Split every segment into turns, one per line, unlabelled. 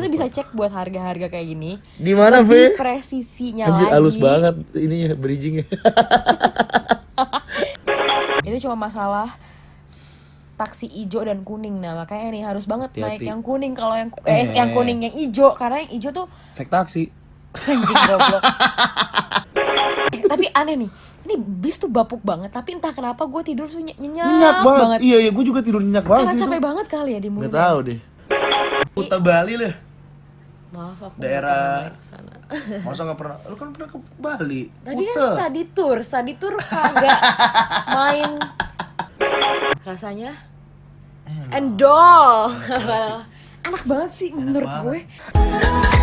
Kita bisa cek buat harga-harga kayak gini.
Di mana,
Lebih
Fe?
presisinya
Anjir
lagi.
halus banget ini ya bridgingnya.
Itu cuma masalah taksi ijo dan kuning nah makanya nih harus banget naik
Hati-hati.
yang kuning kalau yang ku- eh,
Eh.
yang kuning yang ijo karena yang ijo tuh
Fake taksi.
anjing goblok. Eh, tapi aneh nih ini bis tuh bapuk banget tapi entah kenapa gue tidur tuh ny- nyenyak,
Nyenyak banget.
banget,
Iya, iya, gue juga tidur nyenyak banget.
karena
sih
capek
itu.
banget kali ya di mulut
Nggak tahu deh. Kuta Bali lah.
maaf aku nggak
Daerah-
pernah naik ke sana.
Masa nggak pernah? Lu kan pernah ke Bali.
Tadi kan
Kuta.
study tour, study tour kagak main rasanya endol. Enak banget sih menurut
banget.
gue.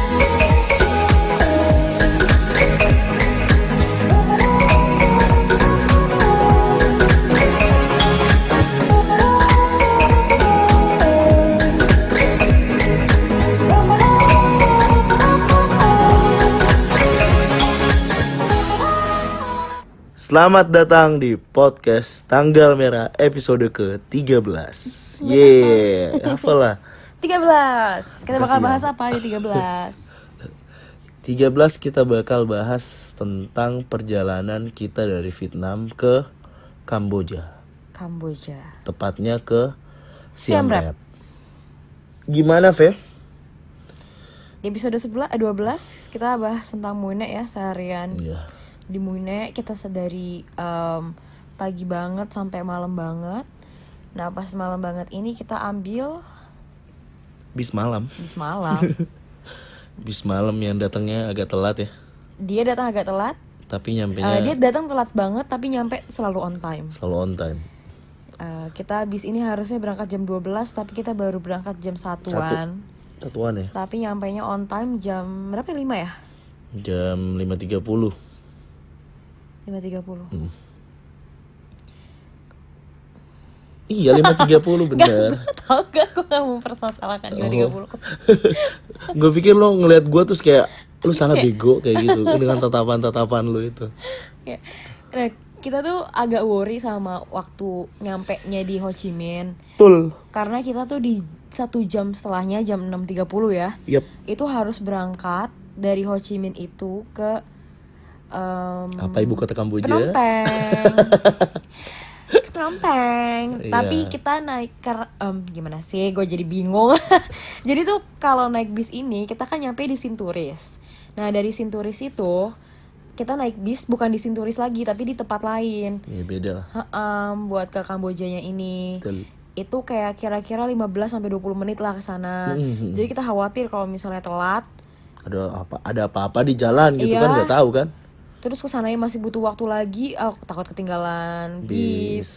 Selamat datang di podcast Tanggal Merah episode ke-13. Yeay, apalah.
13. Kita bakal
Kasihan.
bahas apa di 13?
13 kita bakal bahas tentang perjalanan kita dari Vietnam ke Kamboja,
Kamboja.
tepatnya ke
Siem
Siem
Reap.
Reap. Gimana, Fe?
Di episode 11 eh, 12 kita bahas tentang Mune ya seharian.
Iya.
Di Mune kita sedari em, pagi banget sampai malam banget. Nah, pas malam banget ini kita ambil
Bis malam.
bis malam.
Bis malam yang datangnya agak telat ya.
dia datang agak telat.
Tapi nyampe
Eh, dia datang telat banget tapi nyampe selalu on time.
selalu on time.
Eh, kita habis ini harusnya berangkat jam 12 tapi kita baru berangkat jam satuan.
Satuan ya.
Tapi nyampe nya on time jam berapa ya? 5 ya?
Jam 5.30.
5.30.
Iya, 5.30 bener.
Tahu gak gue gak mau persalahkan 5.30.
gue pikir lo ngeliat gue terus kayak lu salah bego kayak gitu dengan tatapan tatapan lu itu
Ya. Nah, kita tuh agak worry sama waktu nyampe nya di Ho Chi Minh
tul
karena kita tuh di satu jam setelahnya jam 6.30 ya.
yep
itu harus berangkat dari Ho Chi Minh itu ke em,
apa ibu kota
Phnom
Kamboja
Penh. Phnom Penh.
Iya.
Tapi kita naik ker, em, gimana sih? Gue jadi bingung. jadi tuh kalau naik bis ini kita kan nyampe di Sinturis. Nah dari Sinturis itu kita naik bis bukan di Sinturis lagi tapi di tempat lain.
ya beda lah
Heem, buat ke Kambojanya ini
Betul.
itu kayak kira-kira 15 sampai 20 menit lah ke sana.
Mhm.
Jadi kita khawatir kalau misalnya telat
ada apa ada apa apa di jalan gitu
Iya.
kan nggak tahu kan
terus kesananya masih butuh waktu lagi aku takut ketinggalan bis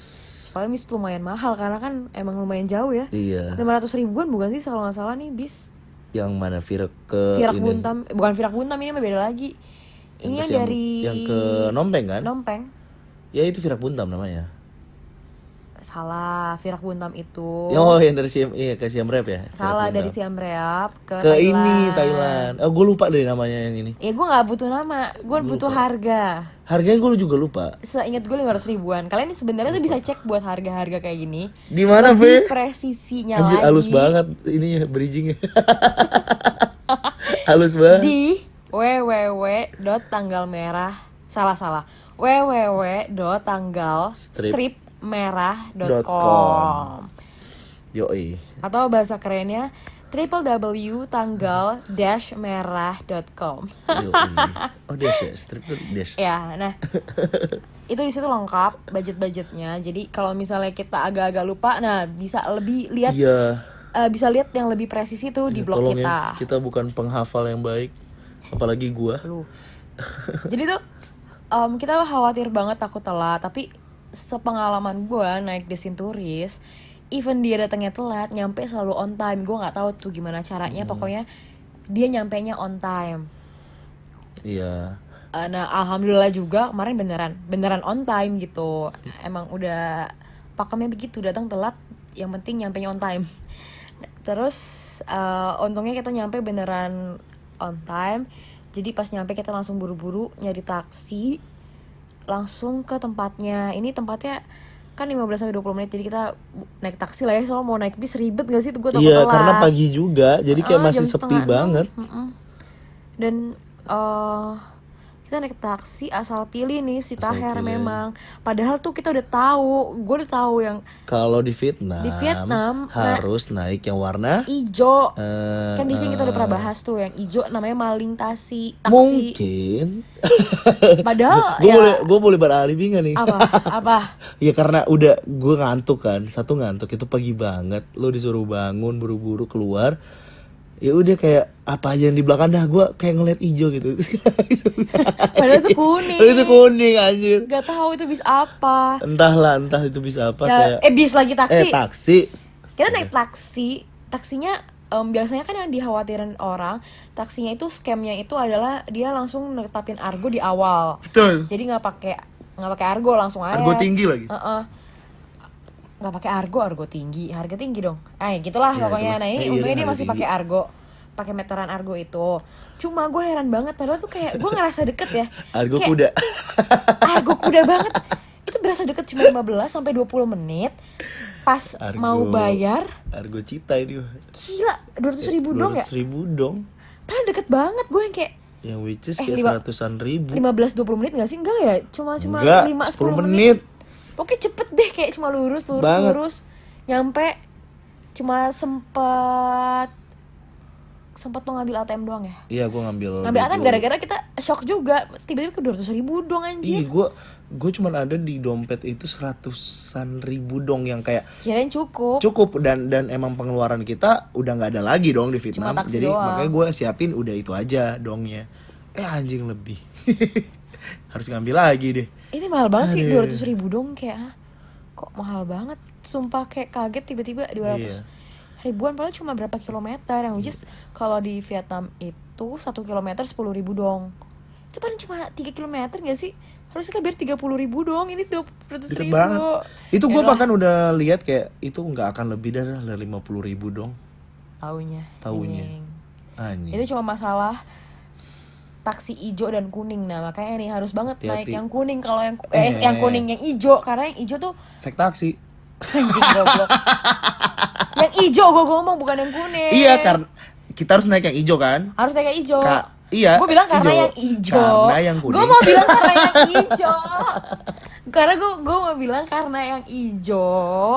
Padahal bis lumayan mahal karena kan emang lumayan jauh ya
iya
500 ribuan bukan sih kalau nggak salah nih bis
yang mana Virak ke
Virak
ini
Buntam eh, bukan Virak Buntam ini mah beda lagi ini yang,
ke
Iya,
Siam-
dari
yang ke Nompeng kan
Nompeng
ya itu Virak Buntam namanya
salah Virak Buntam itu
oh yang dari Siem iya ke Siem Reap ya Virak
salah
Buntam.
dari Siam Reap ke,
ke
Thailand.
ini Thailand oh gue lupa deh namanya yang ini
ya gue nggak butuh nama gue butuh harga
harganya gue juga lupa
seingat gue 500 ribuan kalian sebenarnya tuh bisa cek buat harga-harga kayak gini
di mana
lebih
Fe
presisinya
Anjir
lagi
halus banget ini ya bridgingnya Halus banget
di www tanggal merah salah salah www tanggal
Strip.
strip
Dot com. Yoi
atau bahasa kerennya www tanggal dash merah.com
Yoi Oh dash ya strip tuh dash
ya nah itu di situ lengkap budget budgetnya jadi kalau misalnya kita agak-agak lupa nah bisa lebih lihat
Iya
eh, bisa lihat yang lebih presisi tuh di blog
Tolong
kita
ya kita bukan penghafal yang baik Apalagi gua
lu jadi tuh em, kita khawatir banget takut telat tapi sepengalaman gue naik desin turis even dia datangnya telat nyampe selalu on time gue nggak tahu tuh gimana caranya pokoknya dia nyampe nya on time
Iya
Eh, nah alhamdulillah juga kemarin beneran beneran on time gitu emang udah pakemnya begitu datang telat yang penting nyampe on time terus eh, untungnya kita nyampe beneran on time jadi pas nyampe kita langsung buru-buru nyari taksi langsung ke tempatnya ini tempatnya kan 15 sampai 20 menit jadi kita bu- naik taksi lah ya soalnya mau naik bis ribet gak sih tuh gue takut
Iya,
telat.
karena pagi juga, jadi kayak
Ah,
masih
jam
sepi
setengah enam.
banget.
Mm-mm. Dan eh kita naik taksi asal pilih nih si Taher
pilih.
memang. Padahal tuh kita udah tahu, gue udah tahu yang
Kalau di Vietnam,
Di Vietnam,
harus naik yang warna
ijo.
eh,
kan di sini kita udah pernah bahas tuh yang ijo namanya maling tasi, taksi.
mungkin.
Padahal Oh,
gue
ya
boleh gue boleh beralibi nggak nih?
apa apa
Ya karena udah gue ngantuk kan, satu ngantuk itu pagi banget, lo disuruh bangun buru-buru keluar, ya udah kayak apa aja yang di belakang dah gue kayak ngeliat hijau gitu.
padahal itu kuning.
itu kuning anjir.
Gak tahu itu bis apa.
Entahlah entah itu bisa apa
Ya,
kayak
eh bis lagi taksi.
eh taksi.
kita
Iya.
naik taksi taksinya em, biasanya kan yang dikhawatirin orang taksinya itu scamnya itu adalah dia langsung netapin argo di awal
Betul.
jadi nggak pakai nggak pakai argo langsung aja
Argo tinggi lagi.
Heeh. nggak pakai argo argo tinggi harga tinggi dong eh gitulah
Iya,
pokoknya
itulah.
nah
Eh,
ini
iya,
untungnya
harga
dia masih
tinggi.
pakai argo pakai meteran argo itu cuma gue heran banget padahal tuh kayak gue ngerasa deket ya
Argo
Kayak-
kuda.
Argo kuda banget itu berasa deket cuma 15 sampai 20 menit pas
Argo.
mau bayar
Argo cita ini.
gila 200 ribu dong ya
200 ribu dong.
padahal deket banget gue yang kayak
Yang which is
Eh,
kayak
lima-
seratusan ribu.
15-20 menit gak sih? Enggak ya? Cuma cuma 5
Enggak,
10
10 menit.
menit. Oke cepet deh kayak cuma lurus lurus
Banget.
lurus nyampe cuma sempet sempet tuh ngambil ATM doang ya.
Iya gue ngambil.
Ngambil ATM
dulu.
gara-gara kita shock juga tiba-tiba ke 200 ribu dong
Ih,
anjir.
gue gue cuman ada di dompet itu seratusan ribu dong yang kayak
Kirain cukup.
cukup dan dan emang pengeluaran kita udah nggak ada lagi dong di Vietnam.
Cuma taksi
Jadi
doang.
makanya gue siapin udah itu aja dongnya. Eh anjing lebih. Harus ngambil lagi deh.
Ini mahal banget sih
Aduh.
200 ribu dong kayak ah, kok mahal banget. Sumpah kayak kaget tiba-tiba 200
Iya.
ribuan padahal cuma berapa kilometer yang which is
Hmm.
kalau di Vietnam itu satu kilometer 10 ribu dong. Itu paling cuma 3 kilometer gak sih? Harusnya kita biar 30 ribu dong, ini 200
Deket
ribu Ya
banget. Itu gue
Yalah,
bahkan udah lihat kayak itu nggak akan lebih dari lima puluh ribu dong.
Taunya
Taunya.
Ding.
Anjing.
Itu cuma masalah taksi ijo dan kuning nah makanya nih harus banget naik
Hati-hati.
yang kuning kalau yang eh,
Eh.
yang kuning yang ijo karena yang ijo tuh
Fake taksi.
Anjing goblok. yang ijo gue ngomong bukan yang kuning.
Iya karena kita harus naik yang hijau kan?
harus kayak ijo.
Kak, iya,
Gue Oh. bilang karena
ijo.
yang ijo.
Karena yang kuning.
Gue mau bilang karena yang ijo. karena gue gue mau bilang karena yang ijo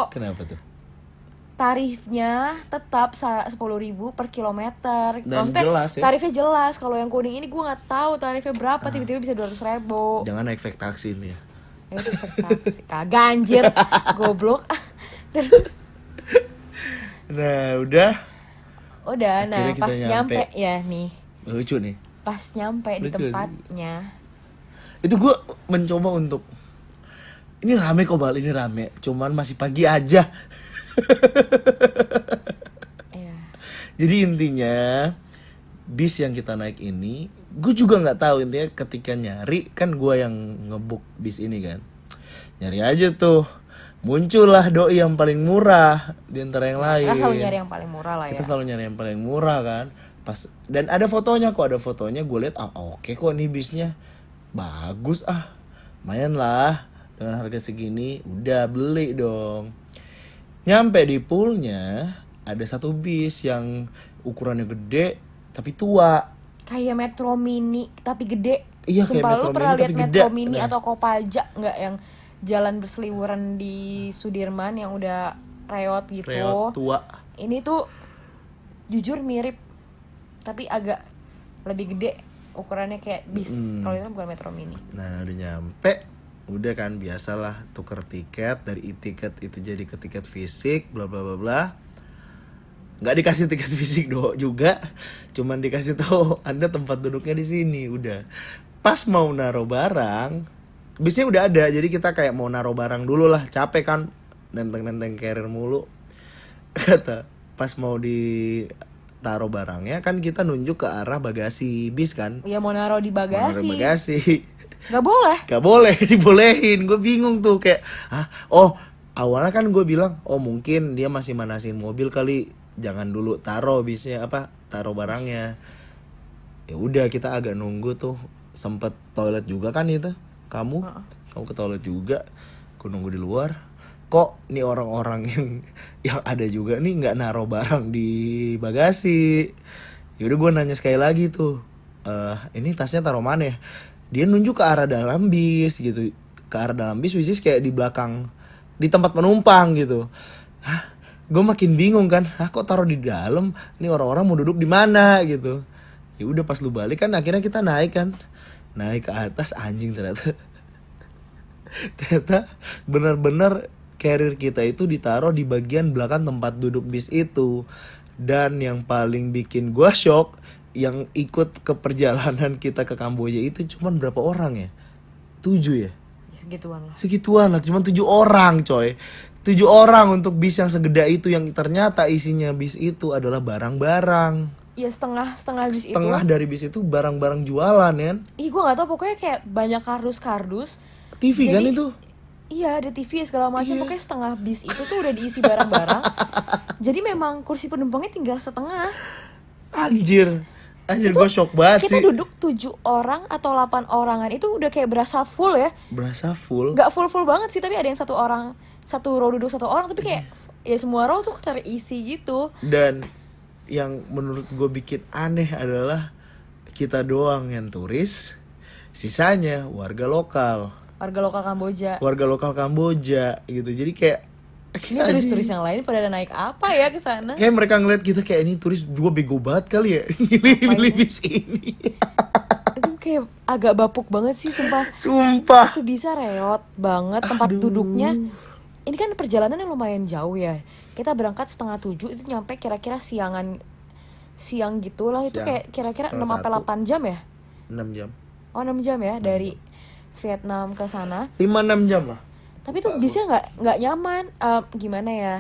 Kenapa tuh?
tarifnya tetap sepuluh ribu per kilometer.
Dan
Maksudnya
jelas ya. Ah.
tarifnya jelas. Kalau yang kuning ini gue nggak tahu tarifnya berapa. Tiba-tiba bisa dua ratus ribu.
Jangan naik fake taksi ini ya.
Ya udah, pakai taksi. Kagak anjir, goblok. Terus
Nah udah
udah, nah
Akhirnya kita
pas
nyampe.
nyampe ya nih.
lucu nih.
pas nyampe di
Lucu sih.
tempatnya
Itu gue mencoba untuk ini rame kok bal, ini rame. Cuman masih pagi aja.
ya
Jadi intinya bis yang kita naik ini, gue juga nggak tahu intinya ketika nyari kan gue yang ngebuk bis ini kan. Nyari aja tuh muncullah doi yang paling murah di antara yang lain.
kita selalu nyari yang paling murah lah ya
Iya, kita selalu nyari yang paling murah kan pas dan ada fotonya kok ada fotonya gue lihat ah oke kok nih bisnya bagus ah lumayan lah dengan harga segini udah beli dong nyampe di poolnya ada satu bis yang ukurannya gede tapi tua
kayak metro mini tapi gede
Iya, kayak
Sumpah
Metro
lu pernah
Mini
lihat
tapi gede.
metro mini
Nah.
atau kopaja nggak yang jalan berseliweran di Sudirman yang udah reot gitu
reot tua
ini tuh jujur mirip tapi agak lebih gede ukurannya kayak bis kalau itu bukan metro mini
nah udah nyampe udah kan biasalah tuker tiket dari e-ticket itu jadi ke tiket fisik bla bla bla bla nggak dikasih tiket fisik do juga cuman dikasih tahu anda tempat duduknya di sini udah pas mau naro barang bisnya udah ada jadi kita kayak mau naro barang dulu lah capek kan nenteng nenteng carrier mulu kata pas mau di taruh barangnya kan kita nunjuk ke arah bagasi bis kan
ya mau naro di
Mau naro
bagasi
bagasi
nggak boleh
Gak boleh dibolehin Gue bingung tuh kayak ah Oh awalnya kan gue bilang Oh mungkin dia masih manasin mobil kali Jangan dulu taruh bisnya apa Taruh barangnya ya udah kita agak nunggu tuh Sempet toilet juga kan itu Kamu Kamu ke toilet juga Gue nunggu di luar kok nih orang-orang yang yang ada juga nih nggak naruh barang di bagasi yaudah gue nanya sekali lagi tuh eh ini tasnya taruh mana ya dia nunjuk ke arah dalam bis gitu ke arah dalam bis which is kayak di belakang di tempat penumpang gitu Hah? gue makin bingung kan Hah, kok taruh di dalam ini orang-orang mau duduk di mana gitu ya udah pas lu balik kan akhirnya kita naik kan naik ke atas anjing ternyata ternyata benar-benar carrier kita itu ditaruh di bagian belakang tempat duduk bis itu dan yang paling bikin gua shock yang ikut ke perjalanan kita ke Kamboja itu cuman berapa orang ya tujuh ya
segituan lah
segituan lah cuman tujuh orang coy tujuh orang untuk bis yang segede itu yang ternyata isinya bis itu adalah barang-barang
ya setengah setengah bis itu
setengah dari bis itu barang-barang jualan ya kan?
ih gue nggak tahu pokoknya kayak banyak kardus kardus
TV kan
Jadi-
itu
iya ada TV segala macam pokoknya setengah bis itu tuh udah diisi barang-barang jadi memang kursi penumpangnya tinggal setengah
anjir anjir gue shock banget
kita
sih
duduk tujuh orang atau 8 orangan itu udah kayak berasa full ya
berasa full
nggak full full banget sih tapi ada yang satu orang satu row duduk satu orang tapi kayak ya semua row tuh terisi gitu
dan yang menurut gue bikin aneh adalah kita doang yang turis sisanya warga lokal
warga lokal Kamboja
warga lokal Kamboja gitu jadi kayak
ini turis-turis yang lain pada naik apa ya ke sana
kayak mereka ngeliat kita kayak ini turis gue bego banget kali ya milih-milih bis ini
itu kayak agak bapuk banget sih sumpah
sumpah
itu bisa reot banget tempat duduknya ini kan perjalanan yang lumayan jauh ya kita berangkat setengah tujuh itu nyampe kira-kira siangan siang gitulah itu
Siang,
kayak kira-kira
setengah
6 sampai
satu.
8 jam ya
6 jam
oh 6 jam ya dari Vietnam ke sana
5-6 jam lah
tapi tuh bisnya nggak nggak nyaman Eh, gimana ya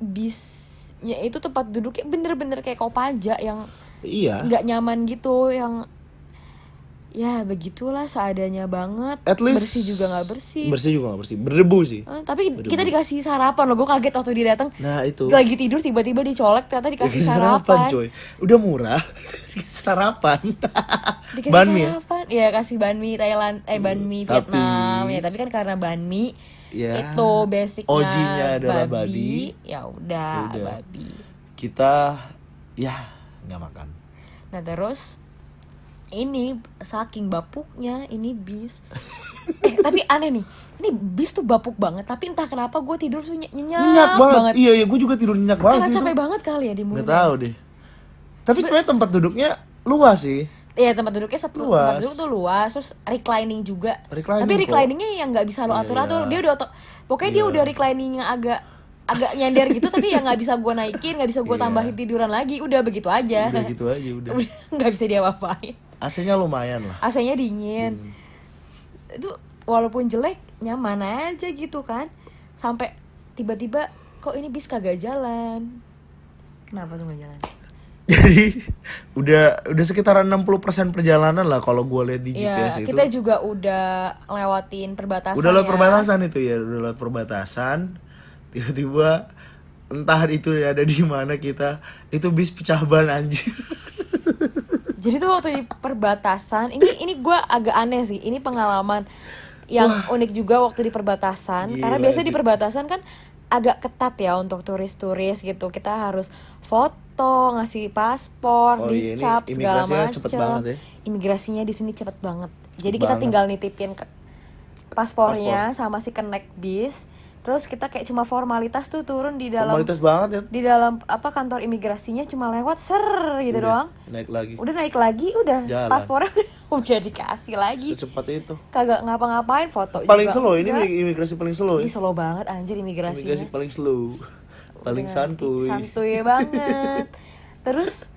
bisnya itu tempat duduknya bener-bener kayak kopaja yang
iya
nggak nyaman gitu yang ya begitulah seadanya banget
At least-
bersih juga nggak bersih,
bersih juga gak bersih berdebu sih
Eh, tapi kita dikasih sarapan loh gue kaget waktu dia datang
nah itu
lagi tidur tiba-tiba dicolek ternyata dikasih sarapan,
coy udah murah Dikasih sarapan
dikasih
Banmi ya? Hmm,
sarapan ya kasih banmi Thailand eh banmi
tapi-
Vietnam ya tapi kan karena banmi
Ya,
itu basicnya
OG-nya adalah babi.
ya udah
Udah.
babi
kita ya nggak makan
nah terus ini saking bapuknya ini bis eh tapi aneh nih ini bis tuh bapuk banget tapi entah kenapa gue tidur tuh ny- nyenyak,
nyenyak banget.
banget,
iya iya gue juga tidur nyenyak banget
karena
sih itu.
capek banget kali ya di
nggak
mulut
tahu deh tapi sebenarnya tempat duduknya luas sih
Iya tempat duduknya satu
Luas.
tempat duduk tuh luas terus reclining juga.
Reclining
Tapi
kok.
recliningnya yang nggak bisa lo
Iya.
atur atur dia udah oto- pokoknya dia
Iya.
udah recliningnya agak agak nyender gitu tapi ya nggak bisa gua naikin nggak bisa gua
Iya.
tambahin tiduran lagi udah begitu aja.
udah gitu aja udah
Udah, nggak bisa dia apa-apain.
AC-nya lumayan lah
AC-nya dingin.
Hmm.
Itu walaupun jelek nyaman aja gitu kan. Sampai tiba-tiba kok ini bis kagak jalan. Kenapa tuh nggak jalan?
jadi udah udah sekitaran 60% perjalanan lah kalau gue lihat di
Iya,
GPS itu
kita juga udah lewatin perbatasan.
udah lewat
ya.
perbatasan itu ya udah lewat perbatasan tiba-tiba entah itu ya ada di mana kita itu bis pecah ban anjir
Jadi tuh waktu di perbatasan, ini ini gua agak aneh sih. Ini pengalaman yang unik juga waktu di perbatasan. karena
Gila
biasa di
sih.
perbatasan kan agak ketat ya untuk turis-turis gitu. Kita harus foto, ngasih paspor,
Oh iya, ini
dicap segala
imigrasinya
macam.
cepet banget ya.
Imigrasinya di sini cepet banget. Jadi
Cepet
kita
banget.
tinggal nitipin ke- paspornya sama si kenek bis. Terus kita kayak cuma formalitas tuh turun di dalam gitu
formalitas banget ya
di dalam apa kantor imigrasinya cuma lewat ser gitu
Udah,
doang
naik lagi
udah naik lagi udah
Jalan.
paspornya udah dikasih lagi
secepat itu
kagak ngapa-ngapain foto
paling
juga
slow ini
enggak.
imigrasi paling slow ya
Ih, slow banget anjir imigrasinya
imigrasi paling slow paling
Bener,
santuy
santuy banget terus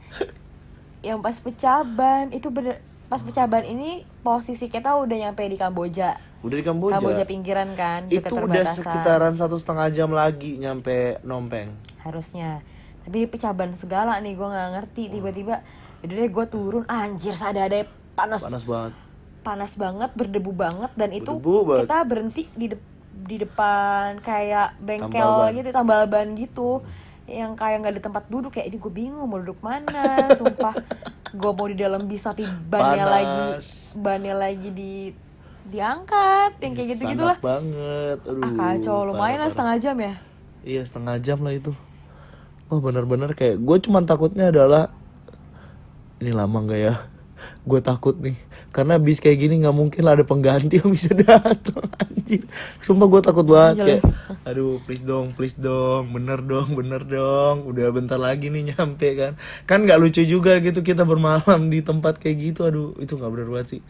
yang pas pecaban itu bener pas pecaban ini posisi kita udah nyampe di Kamboja
udah di Kamboja,
Kamboja pinggiran kan
itu
dekat
udah
perbatasan
sekitaran satu setengah jam lagi nyampe Nompeng
harusnya tapi pecaban segala nih gue nggak ngerti tiba-tiba udah deh gue turun anjir sadar ada panas
panas banget
panas banget berdebu banget dan itu
Berdebu banget.
kita berhenti di de- di depan kayak bengkel
Tambal ban.
gitu tambal ban gitu yang kayak nggak ada tempat duduk kayak ini gue bingung mau duduk mana sumpah gue mau di dalam bis tapi bannya
Panas.
lagi bannya lagi di diangkat yang kayak gitu gitulah
Sanak banget aduh
ah kacau
parah,
lumayan lah
parah.
setengah jam ya
iya setengah jam lah itu wah bener-bener kayak gue cuman takutnya adalah ini lama nggak ya gue takut nih karena bis kayak gini nggak mungkin lah ada pengganti yang bisa datang anjir sumpah gue takut banget kayak aduh please dong please dong bener dong bener dong udah bentar lagi nih nyampe kan kan nggak lucu juga gitu kita bermalam di tempat kayak gitu aduh itu nggak bener banget sih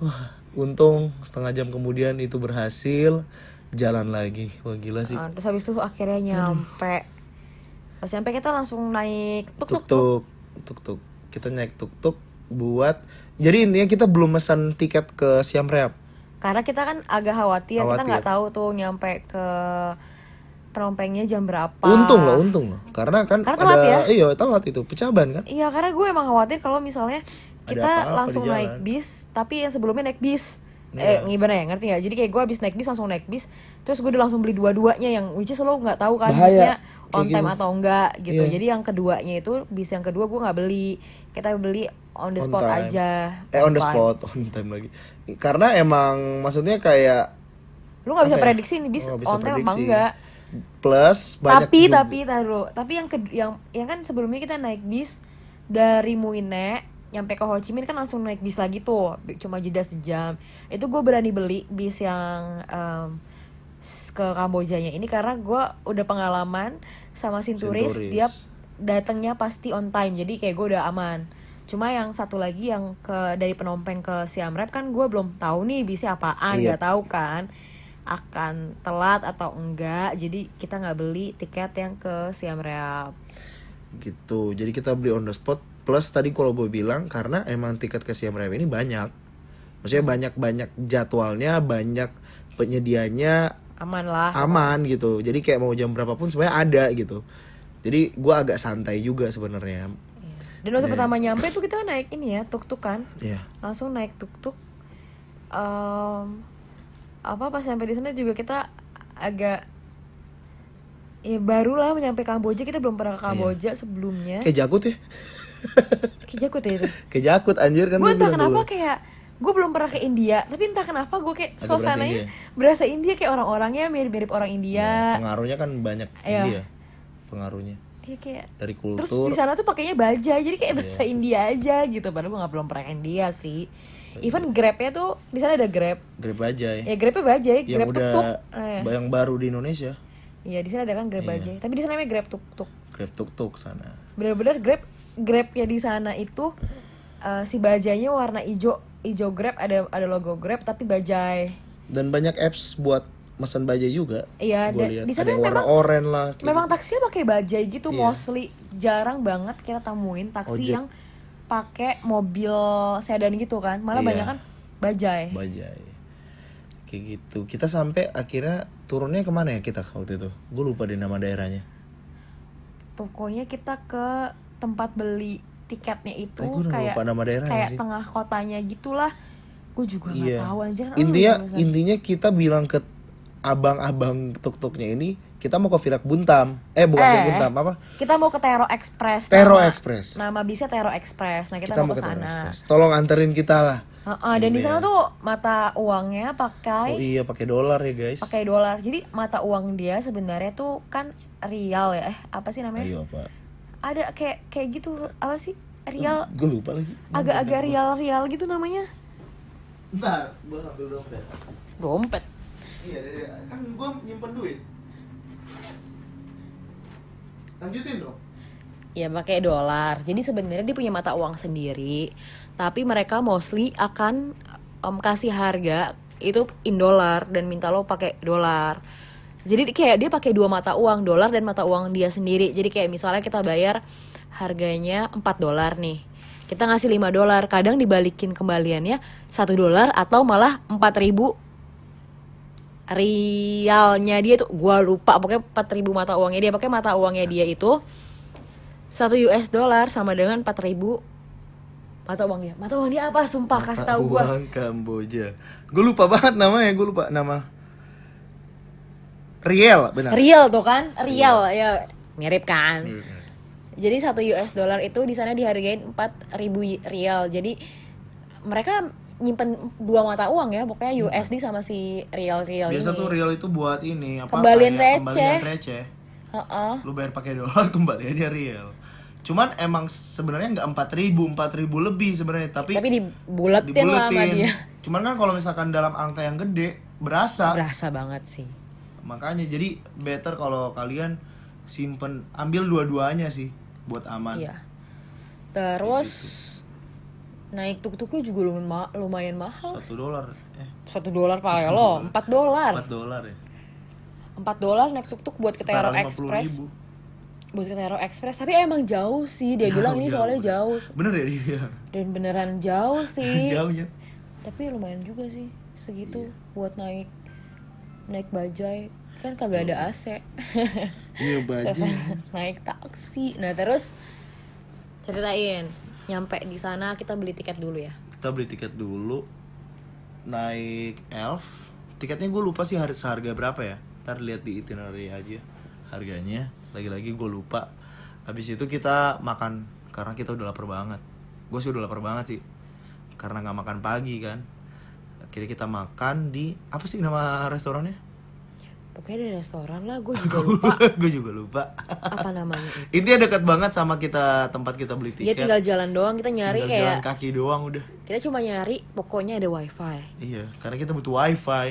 wah untung setengah jam kemudian itu berhasil jalan lagi wah gila sih
Ah, terus habis itu akhirnya
Hmm.
nyampe pas nyampe kita langsung naik tuk
tuk
tuk
tuk tuk tuk kita naik tuk tuk buat jadi intinya kita belum pesan tiket ke Siam Reap
karena kita kan agak khawatir, kita
Khawatir.
nggak tahu tuh nyampe ke perompengnya jam berapa
untung loh untung loh karena kan
Karena telat ya?
iya telat itu pecaban kan
Iya karena gue emang khawatir kalau misalnya
Ada
kita
apa-apa
langsung
di jalan.
naik bis tapi yang sebelumnya naik bis eh
Iya.
gimana ya ngerti nggak jadi kayak gue habis naik bis langsung naik bis terus gue udah langsung beli dua-duanya yang which is lo nggak tahu kan
Bahaya.
bisnya on
Kayak
time
gitu.
atau enggak gitu
Iya.
jadi yang keduanya itu bis yang kedua gue nggak beli kita beli on the
On
spot
time.
aja
eh on the
time.
spot on time lagi karena emang maksudnya kayak
lu nggak bisa
apa ya?
prediksi nih bis
Lo nggak bisa
on time apa
prediksi.
enggak
plus banyak
tapi
juga-
tapi taruh tapi yang kedua yang yang kan sebelumnya kita naik bis dari Muine nyampe ke Ho Chi Minh kan langsung naik bis lagi tuh bi- cuma jeda sejam itu gue berani beli bis yang em, s- ke Kambojanya ini karena gue udah pengalaman sama Sinturis,
Sinturis.
dia datangnya pasti on time jadi kayak gue udah aman cuma yang satu lagi yang ke dari Penompeng ke Siam Reap kan gue belum tahu nih bisnya apaan
Iya.
nggak tahu kan akan telat atau enggak jadi kita nggak beli tiket yang ke Siam Reap
gitu jadi kita beli on the spot plus tadi kalau gue bilang karena emang tiket ke Siam Reap ini banyak maksudnya
Hmm.
banyak banyak jadwalnya banyak penyediaannya
aman lah
aman gitu jadi kayak mau jam berapapun sebenarnya ada gitu jadi gua agak santai juga sebenarnya
dan waktu pertama nyampe tuh kita naik ini ya tuk-tuk kan
ya
langsung naik tuk-tuk Em, apa pas sampai di sana juga kita agak ya barulah nyampe Kamboja kita belum pernah ke Kamboja sebelumnya
kayak jakut ya
kayak jakut ya itu
kayak jakut anjir kan
gue
gua
entah
bilang
kenapa
dulu.
kayak gue belum pernah ke India tapi entah kenapa gue kayak
Agak berasa
suasananya berasa India kayak orang-orangnya mirip-mirip orang
Ya,
India
pengaruhnya kan banyak
Iya.
India pengaruhnya
Iya, kayak
dari kultur Iya.
terus di sana tuh pakainya baja jadi kayak berasa India aja gitu padahal gue nggak belum pernah ke India sih
Iya.
even grabnya tuh di sana ada grab
grab aja ya
ya grabnya baja ya
yang
grab tuk
udah
tuk
yang baru di Indonesia
iya di sana ada kan grab baja tapi di sana namanya grab tuk tuk
grab tuk tuk sana
bener-bener grab grabnya di sana itu eh, si bajanya warna ijo ijo grab ada ada logo grab tapi bajai
dan banyak apps buat pesan baja juga
Iya, dan
Gua lihat
di
ada
sana
yang warna
memang-
oranye lah kayak
Memang taksinya pakai bajai gitu mostly. Jarang banget kita temuin taksi
Iya. Ojek.
yang pakai mobil sedan gitu kan. Malah
Iya.
banyak kan bajai.
gitu. bajai kayak gitu kita sampai akhirnya turunnya kemana ya kita waktu itu gue lupa deh nama daerahnya
Pokoknya kita ke tempat beli tiketnya itu
Eh, gua udah
kayak
lupa nama daerahnya
kayak
sih.
tengah kotanya gitulah. Gue juga nggak
Iya.
tahu anjir. kan lu
intinya
yang pesan.
intinya kita bilang ke abang-abang tuk-tuknya ini kita mau ke Virak Buntam eh bukan Virak
Eh.
Buntam apa
kita mau ke Tero Express.
Tero
nama-
Express.
Nama bisa Tero Express. Nah, kita, mau ke
Tero
sana.
Express. tolong anterin kita lah
Heeh, dan di sana tuh mata uangnya pakai
oh iya pakai dolar ya guys
pakai dolar jadi mata uang dia sebenarnya tuh kan rial ya eh apa sih namanya
ayo apa
ada kayak kayak gitu apa sih rial
gue lupa lagi
agak-agak rial rial gitu namanya
ntar gue ngambil dompet
dompet
iya kan gue nyimpen duit lanjutin dong
ya pakai dolar jadi sebenarnya dia punya mata uang sendiri tapi mereka mostly akan em, kasih harga itu in dolar dan minta lo pakai dolar jadi kayak dia pakai dua mata uang dolar dan mata uang dia sendiri jadi kayak misalnya kita bayar harganya 4 dolar nih kita ngasih 5 dolar kadang dibalikin kembaliannya satu dolar atau malah 4000 ribu rialnya dia tuh gua lupa pokoknya 4000 mata uangnya dia pakai mata uangnya dia itu satu US dollar sama dengan 4000 mata uang dia. Mata uang dia apa? Sumpah kasih tahu gua.
uang Kamboja gue lupa banget namanya gue lupa nama Riel benar
Real tuh kan? Real ya
Iya.
mirip kan. Jadi satu US dollar itu di sana dihargain 4000 rial. Jadi mereka nyimpen dua mata uang ya pokoknya USD sama si real real
Hmm. Biasa
ini.
tuh real itu buat ini apa
Kembalian
kayak
receh.
Kembalian receh.
Heeh.
Lu bayar pakai dolar kembaliannya real. Cuman emang sebenarnya nggak empat ribu, empat ribu lebih sebenarnya. Tapi,
tapi dibuletin lah sama
dibuletin.
dia
Cuman kan kalau misalkan dalam angka yang gede berasa.
berasa banget sih
Makanya jadi better kalau kalian simpen ambil dua-duanya sih buat aman.
iya gitu. terus naik tuk-tuknya juga lumayan, ma- lumayan mahal
Satu dolar, eh
satu dolar pak ya lo empat dolar
empat dolar ya.
empat dolar naik tuk-tuk buat ke Teror
Setara puluh
Express
ribu.
buat ke Teror Express tapi emang jauh sih dia bilang ini
jauh,
soalnya jauh
Bener ya dia?
dan beneran jauh Iya. sih
Jauhnya.
tapi lumayan juga sih segitu buat naik naik bajai kan kagak ada AC
Iya baju.
naik taksi nah terus ceritain nyampe di sana kita beli tiket dulu ya
Kita beli tiket dulu naik Elf. Tiketnya gue lupa sih har- seharga berapa ya. Ntar lihat di itinerary aja harganya. Lagi-lagi gue lupa. Habis itu kita makan karena kita udah lapar banget. Gue sih udah lapar banget sih. Karena nggak makan pagi kan. Akhirnya kita makan di apa sih nama restorannya?
pokoknya ada restoran lah gue juga lupa
gue juga lupa.
apa namanya itu
Intinya dekat banget sama kita tempat kita beli
dia
tiket.
tinggal jalan doang kita nyari
Tinggal
kayak
jalan kaki doang udah.
kita cuma nyari pokoknya ada wifi
Iya, karena kita butuh wifi.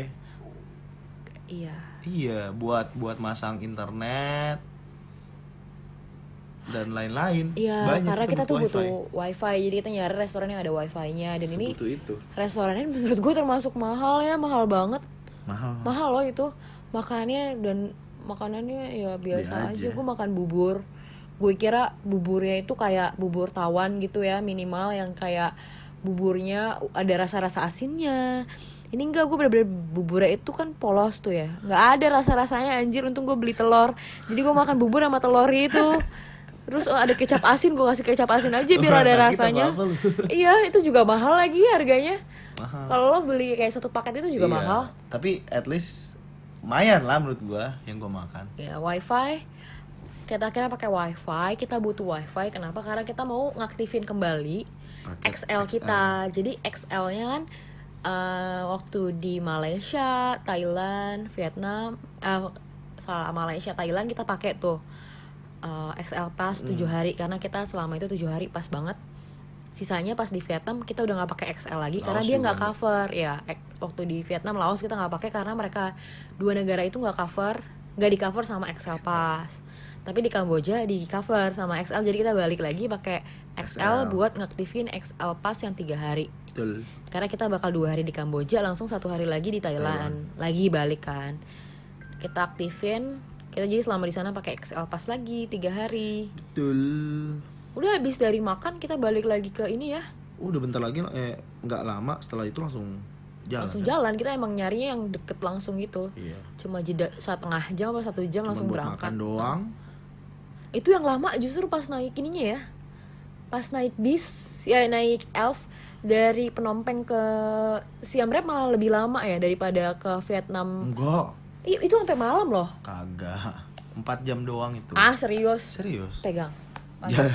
iya
Iya, buat buat masang internet dan lain-lain.
iya
Banyak,
karena kita, tuh butuh
wifi.
wifi jadi kita nyari restoran yang ada wifi-nya dan ini
Butuh itu.
restorannya menurut gue termasuk mahal ya mahal banget
Mahal.
mahal loh itu makannya dan makanannya ya biasa aja,
aja.
gue makan bubur gue kira buburnya itu kayak bubur tawan gitu ya minimal yang kayak buburnya ada rasa-rasa asinnya ini enggak gue bener-bener buburnya itu kan polos tuh ya nggak ada rasa-rasanya anjir untung gue beli telur jadi gue makan bubur sama telur itu terus eh, ada kecap asin gue kasih kecap asin aja biar ada
Sakit
rasanya
gitu apa-apa lu.
iya itu juga mahal lagi harganya
Mahal.
kalau lo beli kayak satu paket itu juga
Iya,
mahal
Tapi at least lumayan lah menurut gua yang gua makan.
ya wifi kita akhirnya pakai wifi kita butuh wifi kenapa karena kita mau ngaktifin kembali
Paket
XL kita jadi XL-nya kan eh, waktu di Malaysia Thailand Vietnam eh, salah Malaysia Thailand kita pakai tuh eh, XL pas 7
Hmm.
hari karena kita selama itu 7 hari pas banget sisanya pas di Vietnam kita udah nggak pakai XL lagi karena
Laos
dia
juga
nggak
nggak.
cover ya ek- waktu di Vietnam Laos kita nggak pakai karena mereka dua negara itu nggak cover nggak di cover sama XL Pass tapi di Kamboja di cover sama XL jadi kita balik lagi pakai XL,
XL.
buat ngaktifin XL Pass yang tiga hari
Betul.
karena kita bakal dua hari di Kamboja langsung satu hari lagi di Thailand, lagi balik kan kita aktifin kita jadi selama di sana pakai XL Pass lagi tiga hari
Betul.
udah habis dari makan kita balik lagi ke ini ya
Oh, Udah bentar lagi eh nggak lama setelah itu langsung jalan.
langsung jalan kita emang nyarinya yang deket langsung gitu
Iya.
cuma jeda setengah jam atau satu jam
Cuman
langsung
buat
berangkat Hmm.
makan doang.
itu yang lama justru pas naik ininya ya pas naik bis ya naik elf dari Phnom Penh ke Siem Reap malah lebih lama ya daripada ke Vietnam
Enggak.
Ih, itu sampai malam loh
Kagak. Empat jam doang itu.
ah serius
Serius?
pegang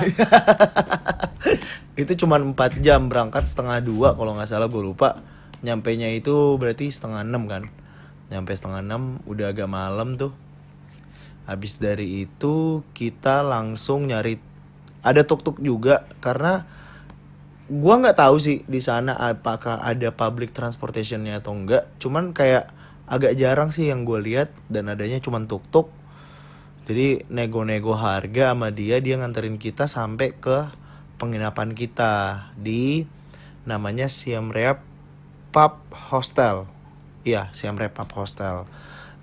itu cuman 4 jam berangkat setengah dua kalau nggak salah gue lupa. Nyampe nya itu berarti setengah enam kan? Nyampe setengah enam udah agak malam tuh. Habis dari itu kita langsung nyari ada tuk-tuk juga karena gua nggak tahu sih di sana apakah ada public transportationnya atau enggak. Cuman kayak agak jarang sih yang gue lihat dan adanya cuman tuk-tuk. Jadi nego-nego harga sama dia, dia nganterin kita sampai ke penginapan kita di namanya Siem Reap Pub Hostel. Iya, Siem Reap Pub Hostel.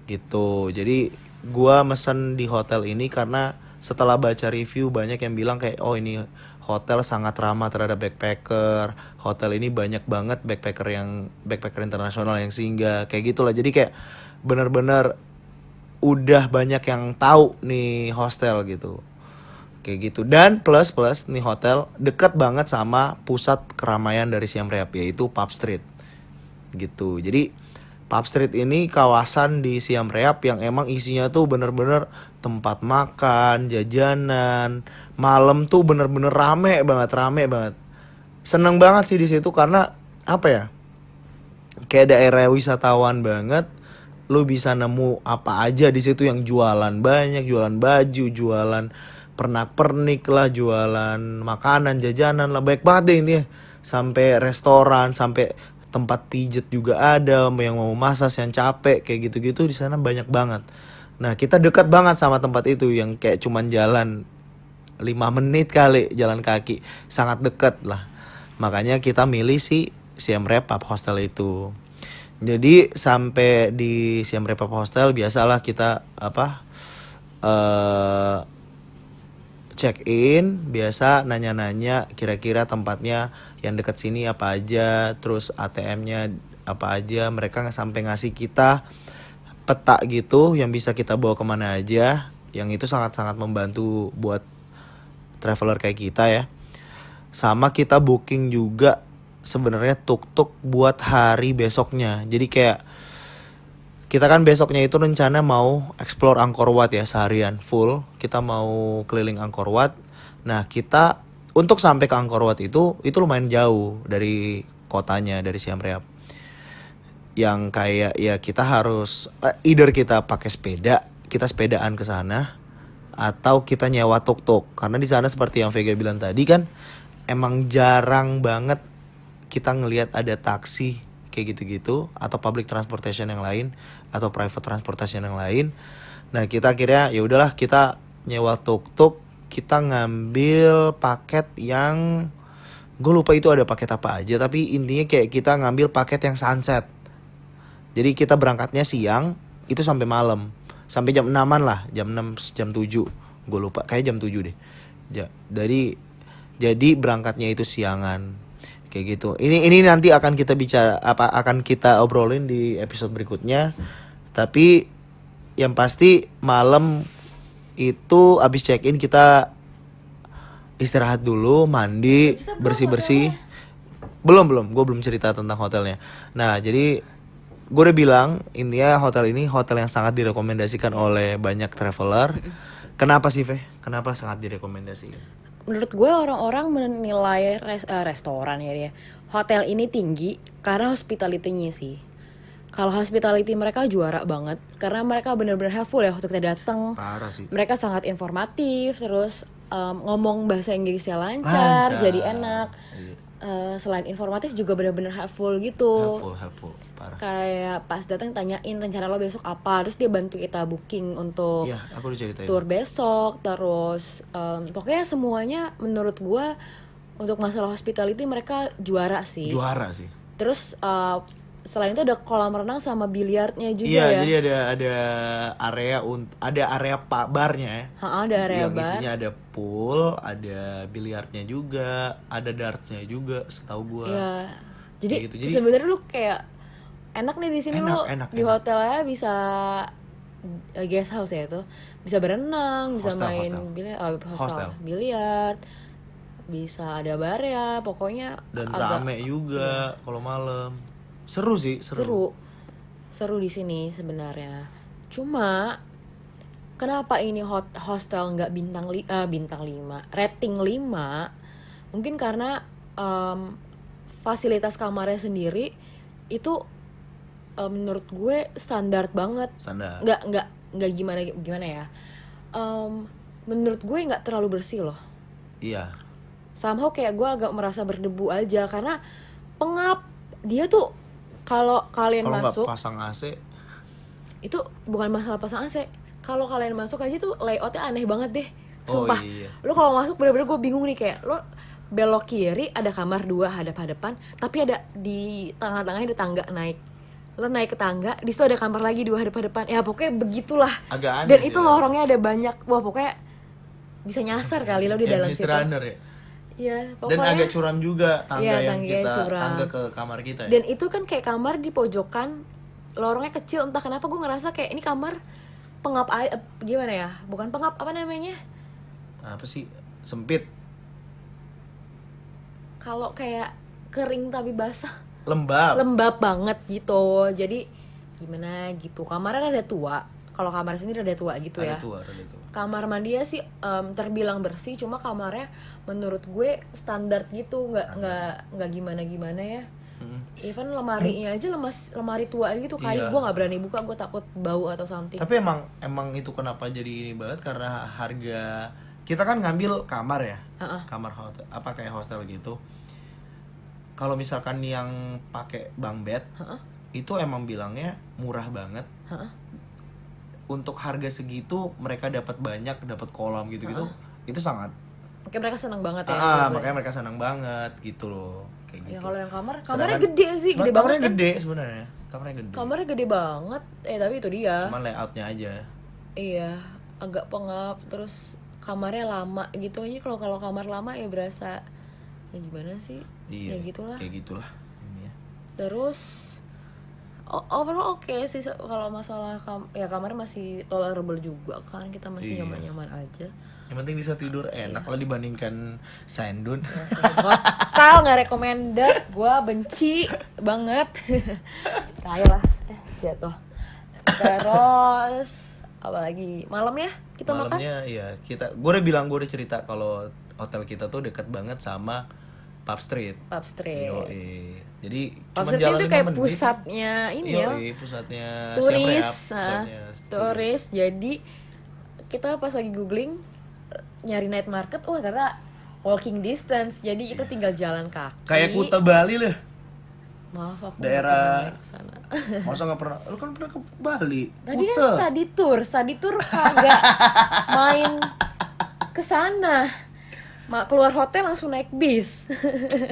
Gitu. Jadi gua mesen di hotel ini karena setelah baca review banyak yang bilang kayak oh ini hotel sangat ramah terhadap backpacker. Hotel ini banyak banget backpacker yang backpacker internasional yang singgah kayak gitulah. Jadi kayak bener-bener udah banyak yang tahu nih hostel gitu kayak gitu dan plus plus nih hotel dekat banget sama pusat keramaian dari Siem Reap yaitu Pub Street gitu jadi Pub Street ini kawasan di Siem Reap yang emang isinya tuh bener-bener tempat makan jajanan malam tuh bener-bener rame banget rame banget seneng banget sih di situ karena apa ya kayak daerah wisatawan banget lu bisa nemu apa aja di situ yang jualan banyak jualan baju jualan pernak pernik lah jualan makanan jajanan lah baik banget deh ini sampai restoran sampai tempat pijet juga ada yang mau massage yang capek kayak gitu gitu di sana banyak banget nah kita dekat banget sama tempat itu yang kayak cuman jalan 5 menit kali jalan kaki sangat dekat lah makanya kita milih si Siam Repap hostel itu jadi sampai di Siam Repap hostel biasalah kita apa eh check in biasa nanya-nanya kira-kira tempatnya yang dekat sini apa aja terus ATM-nya apa aja mereka nggak sampai ngasih kita peta gitu yang bisa kita bawa kemana aja yang itu sangat-sangat membantu buat traveler kayak kita ya. Sama kita booking juga sebenarnya tuk-tuk buat hari besoknya. Jadi kayak kita kan besoknya itu rencana mau explore Angkor Wat ya seharian full. Kita mau keliling Angkor Wat. Nah, kita untuk sampai ke Angkor Wat itu itu lumayan jauh dari kotanya dari Siem Reap. Yang kayak ya kita harus eh, either kita pakai sepeda, kita sepedaan ke sana atau kita nyewa tuk-tuk karena di sana seperti yang Vega bilang tadi kan emang jarang banget kita ngelihat ada taksi kayak gitu-gitu atau public transportation yang lain atau private transportation yang lain nah kita akhirnya ya udahlah kita nyewa tuk-tuk kita ngambil paket yang gue lupa itu ada paket apa aja tapi intinya kayak kita ngambil paket yang sunset jadi kita berangkatnya siang itu sampai malam sampai jam 6-an lah jam 6 jam 7 gue lupa kayak jam 7 deh ja, dari jadi berangkatnya itu siangan kayak gitu ini ini nanti akan kita bicara apa akan kita obrolin di episode berikutnya tapi yang pasti malam itu abis check in kita istirahat dulu
Iya,
mandi
Kita belum
bersih bersih belum belum gue belum cerita tentang hotelnya nah jadi gue udah bilang intinya hotel ini hotel yang sangat direkomendasikan oleh banyak traveler kenapa sih Veh? kenapa sangat direkomendasikan
menurut gue orang-orang menilai res- eh, restoran ya dia hotel ini tinggi karena hospitality-nya sih kalau hospitality mereka juara banget karena mereka bener-bener helpful ya waktu kita datang
parah sih
mereka sangat informatif terus em, ngomong bahasa Inggrisnya lancar,
Lancar. Iya,
jadi enak Eh, selain informatif juga bener-bener helpful gitu
helpful helpful parah
kayak pas datang tanyain rencana lo besok apa terus dia bantu kita booking untuk
Iya, aku udah ceritain.
tour besok terus em, pokoknya semuanya menurut gua untuk masalah hospitality mereka juara sih
Juara sih.
terus eh, selain itu ada kolam renang sama biliarnya juga
Iya,
ya
jadi ada ada area unt- ada area pak barnya ya.
Ha, ada area
yang
bar.
isinya ada pool, ada biliarnya juga, ada dartsnya juga, setahu gua.
Iya. Jadi,
Kayak gitu. Jadi-
sebenarnya lu kayak enak nih di sini
Enak,
lu
enak,
di
enak.
hotelnya bisa eh, guest house ya itu. Bisa berenang, bisa
Hostel,
main
hostel.
biliar, oh, hostel,
Hostel.
biliar. Bisa ada bar ya, pokoknya
Dan
agak iya.
rame juga kalau malam. Seru sih, seru.
seru. Seru di sini sebenarnya. Cuma kenapa ini hot hostel nggak bintang li eh, bintang 5, rating 5? Mungkin karena em, fasilitas kamarnya sendiri itu em, menurut gue standar banget.
Standar.
Nggak nggak nggak gimana gimana ya. Em, menurut gue nggak terlalu bersih loh
Iya.
somehow kayak gue agak merasa berdebu aja karena pengap dia tuh kalau kalian
Kalau nggak
masuk
pasang AC,
itu bukan masalah pasang AC kalau kalian masuk aja tuh layoutnya aneh banget deh
Oh,
sumpah
iya.
lo kalau masuk bener-bener gue bingung nih kayak lo belok kiri ada kamar dua hadap hadapan tapi ada di tengah-tengahnya ada tangga naik lo naik ke tangga di situ ada kamar lagi dua hadap hadapan ya pokoknya begitulah
Agak aneh
dan
sih,
itu
ya.
lorongnya ada banyak wah pokoknya bisa nyasar kali lo di
kayak
dalam
Maze
situ
Runner ya.
Iya,
Dan
pokoknya
agak curam juga tangga
Iya,
yang
tangganya
kita
curam.
tangga ke kamar kita ya.
Dan itu kan kayak kamar di pojokan, lorongnya kecil. Entah kenapa gue ngerasa kayak ini kamar pengap ai- eh, gimana ya? Bukan pengap apa namanya?
Apa sih? Sempit,
Kalau kayak kering tapi basah,
lembab.
lembab banget gitu. Jadi gimana gitu? Kamarnya ada tua. Kalau kamar sendiri ada tua gitu ya.
Ada tua, ada tua.
Kamar mandinya sih em, terbilang bersih, cuma kamarnya menurut gue standar gitu, nggak nggak nggak gimana gimana ya. Even lemarinya aja lemas lemari tua gitu kayu
Iya.
gua nggak berani buka gue takut bau atau something.
Tapi emang emang itu kenapa jadi ini banget karena harga kita kan ngambil kamar ya,
Heeh.
kamar hotel apa kayak hostel gitu. Kalau misalkan yang pakai bang bed itu emang bilangnya murah banget.
Heeh.
Untuk harga segitu mereka dapat banyak, dapat kolam gitu-gitu. Itu sangat
Makanya mereka seneng banget ya.
ah,
sebenarnya.
makanya mereka senang banget gitu loh. Kayak
Ya
gitu.
kalau yang kamar, kamarnya
Sedangkan-
gede sih, gede
Sebenarnya
banget
kamarnya
kan.
gede sebenarnya. Kamarnya gede.
Kamarnya gede banget. Eh tapi itu dia.
Cuman layoutnya aja.
Iya, agak pengap terus kamarnya lama gitu. Jadi kalau kalau kamar lama ya berasa ya gimana sih?
Iya.
Ya gitulah.
Kayak gitulah. Ini ya.
Terus o- overall oke sih se- kalau masalah kam ya kamar masih tolerable juga kan kita masih
Iya.
nyaman-nyaman aja.
Yang penting bisa tidur
Iya.
enak lah dibandingkan Sandun.
Hotel nggak recommended, gue benci banget. Tayo lah, eh, jatuh. Terus apa lagi malam ya kita makan?
Malamnya ya kita gue udah bilang gue udah cerita kalau hotel kita tuh dekat banget sama Pub Street.
Pub Street.
Yoi. Jadi
Pub
cuma
Street
jalan
itu
lima
kayak
menit.
pusatnya ini ya,
Yoi, pusatnya siap
turis,
reap,
ah,
iya. pusatnya turis.
turis. Jadi kita pas lagi googling eh, nyari night market, wah ternyata walking distance. Jadi kita tinggal jalan kaki.
Kayak Kuta Bali lah.
Maaf aku nggak
Daerah-
pernah ke sana.
Masa nggak pernah? Lu kan pernah ke Bali.
Tadi kan
Kuta.
study tour, study tour kagak main ke sana. Ma, keluar hotel langsung naik bis.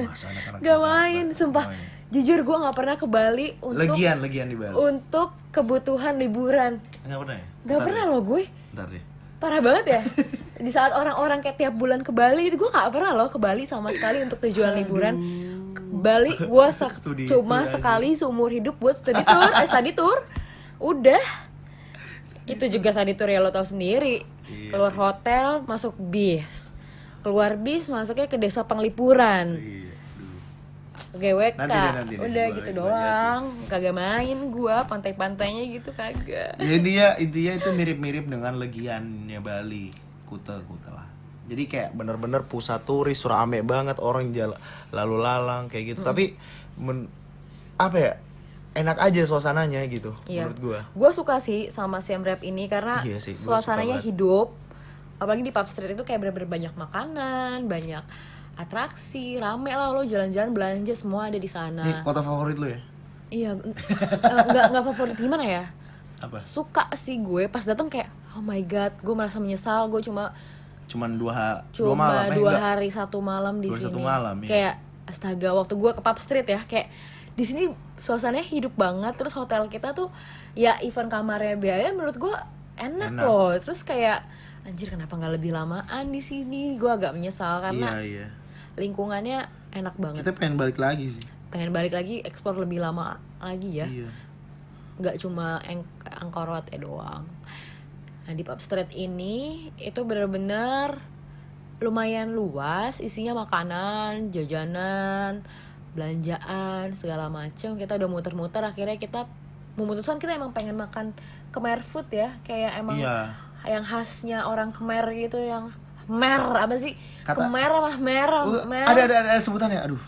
Masa
gak
anak-anak Jakarta.
main, sumpah. Jujur gue gak pernah ke Bali untuk
Legian, legian di Bali.
untuk kebutuhan liburan.
Enggak pernah ya?
Gak pernah loh gue.
Ntar deh.
Parah banget ya. Di saat orang-orang kayak tiap bulan ke Bali itu gue gak pernah loh ke Bali sama sekali untuk tujuan liburan. Ke Bali gue se-
Studi
cuma
tour aja.
sekali seumur hidup buat study tour, eh study tour. Udah. Itu juga study tour ya lo tau sendiri.
Iya
Keluar hotel, masuk bis. Keluar bis masuknya ke desa Penglipuran.
Iya. aduh.
GWK.
Nanti deh, nanti deh.
Udah
Gua
gitu
lagi
doang. Kagak main gua pantai-pantainya gitu kagak.
Jadi ya intinya itu mirip-mirip dengan legiannya Bali, Kuta, Kuta lah. Jadi kayak bener-bener pusat turis, rame banget orang jalan lalu lalang kayak
Hmm.
gitu. Tapi men- apa ya? Enak aja suasananya gitu
Iya.
menurut gua.
Gue suka sih sama Siam Rap ini karena
Iya sih, gua
suasananya
suka banget.
hidup. Apalagi di pub street itu kayak bener-bener banyak makanan, banyak atraksi, rame lah lo jalan-jalan belanja semua ada di
Ini
sana.
kota favorit lu ya?
Iya, n- eh, nggak nggak favorit gimana ya?
Apa?
Suka sih gue pas datang kayak oh my god, gue merasa menyesal, gue cuma
Cuman dua, ha- dua
cuma
malam eh,
dua
enggak.
hari satu malam di
Dua hari
sini.
satu malam, iya.
Kayak astaga waktu gue ke pub street ya kayak di sini suasananya hidup banget terus hotel kita tuh ya event kamarnya biaya menurut gue enak,
Enak.
loh terus kayak anjir kenapa nggak lebih lamaan di sini gue agak menyesal
Iya,
karena
iya.
lingkungannya enak banget
Kita pengen balik lagi sih.
pengen balik lagi eksplor lebih lama lagi ya
Iya.
nggak cuma Ang- Angkor Wat ya doang. Nah di Pub Street ini itu bener-bener lumayan luas, isinya makanan, jajanan, belanjaan segala macam. Kita udah muter-muter, akhirnya kita memutuskan kita emang pengen makan Khmer food ya, kayak emang
Iya.
yang khasnya orang Khmer gitu yang mer apa sih?
Kata-
Khmer apa mer?
Gua-
Mer
ada, ada ada sebutannya. Aduh.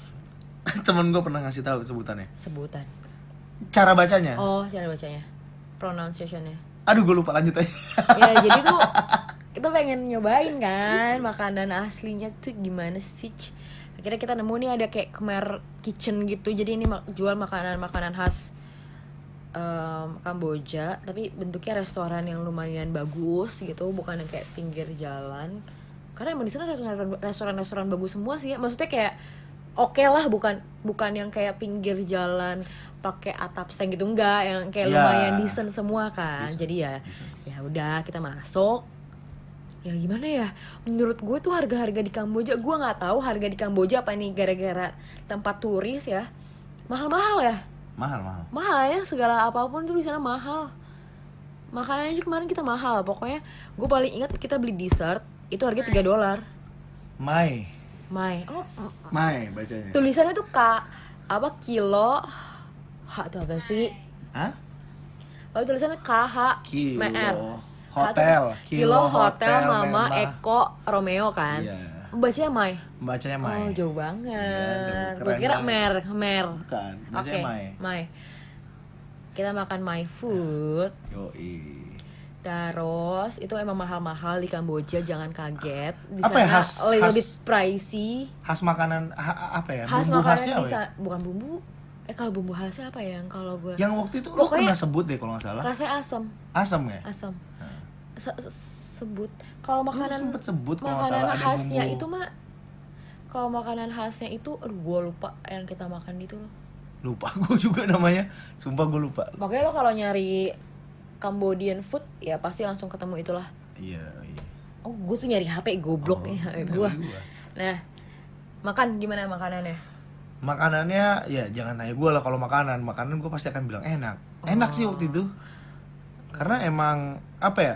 Temen gue pernah ngasih tahu sebutannya.
sebutan.
Cara bacanya.
Oh, cara bacanya. Pronunciationnya.
Aduh, gue lupa lanjut aja.
ya jadi tuh kita pengen nyobain kan makanan aslinya tuh gimana sih Ci. akhirnya kita nemu nih ada kayak Khmer kitchen gitu jadi ini mak- jual makanan makanan khas em, Kamboja tapi bentuknya restoran yang lumayan bagus gitu bukan yang kayak pinggir jalan karena emang di sana restoran restoran restoran bagus semua sih ya. maksudnya kayak oke lah bukan bukan yang kayak pinggir jalan pakai atap seng gitu enggak yang kayak
Ya.
lumayan decent semua kan jadi ya ya udah kita masuk ya gimana ya menurut gue tuh harga-harga di Kamboja gue nggak tahu harga di Kamboja apa nih gara-gara tempat turis ya mahal-mahal ya
mahal, mahal.
mahal ya segala apapun tuh di sana mahal makanannya aja kemarin kita mahal pokoknya gue paling ingat kita beli dessert itu harga 3 dolar
Mai.
my oh
Mai bacanya.
tulisannya tuh kak apa kilo h tuh apa sih
Hah?
oh tulisannya KH
Kilo.
MR.
Hotel.
Kilo,
Kilo
hotel,
hotel,
Mama
Mama.
Eko Romeo kan
Iya.
bacanya Mai.
Bacanya
Oh,
Mai.
jauh banget.
Iya, tuh,
Gue
keren
kira
banget.
mer, mer.
Bukan,
Oke,
bacanya Mai.
Mai. Kita makan Mai food.
Yoi.
Terus itu emang mahal-mahal di Kamboja, jangan kaget. Di
Apa
sana
ya, khas-
little
khas-
bit pricey.
Khas makanan ha- apa ya?
Khas
Bumbu
makanan
khasnya
di
apa ya?
sana bukan bumbu. Eh kalau bumbu khasnya apa ya? yang Kalau gue
Yang waktu itu lo
Pokoknya-
pernah sebut deh kalau nggak salah.
rasanya asam,
Asam ya?
asam.
Nah.
Se- se- sebut kalau makanan
sempet sebut kalau nggak
makanan
salah ada
khasnya
bumbu.
itu mah kalau makanan khasnya itu aduh gue lupa yang kita makan itu loh
Lupa gue juga namanya. Sumpah gue lupa.
makanya lo kalau nyari Cambodian food ya pasti langsung ketemu itulah
Iya, iya.
oh gue tuh nyari HP goblok nih
Oh,
gue
gua.
nah makan gimana makanannya
Makanannya ya jangan nanya gue lah kalau makanan. Makanan gue pasti akan bilang enak.
Oh.
Enak sih waktu itu. Karena emang apa ya?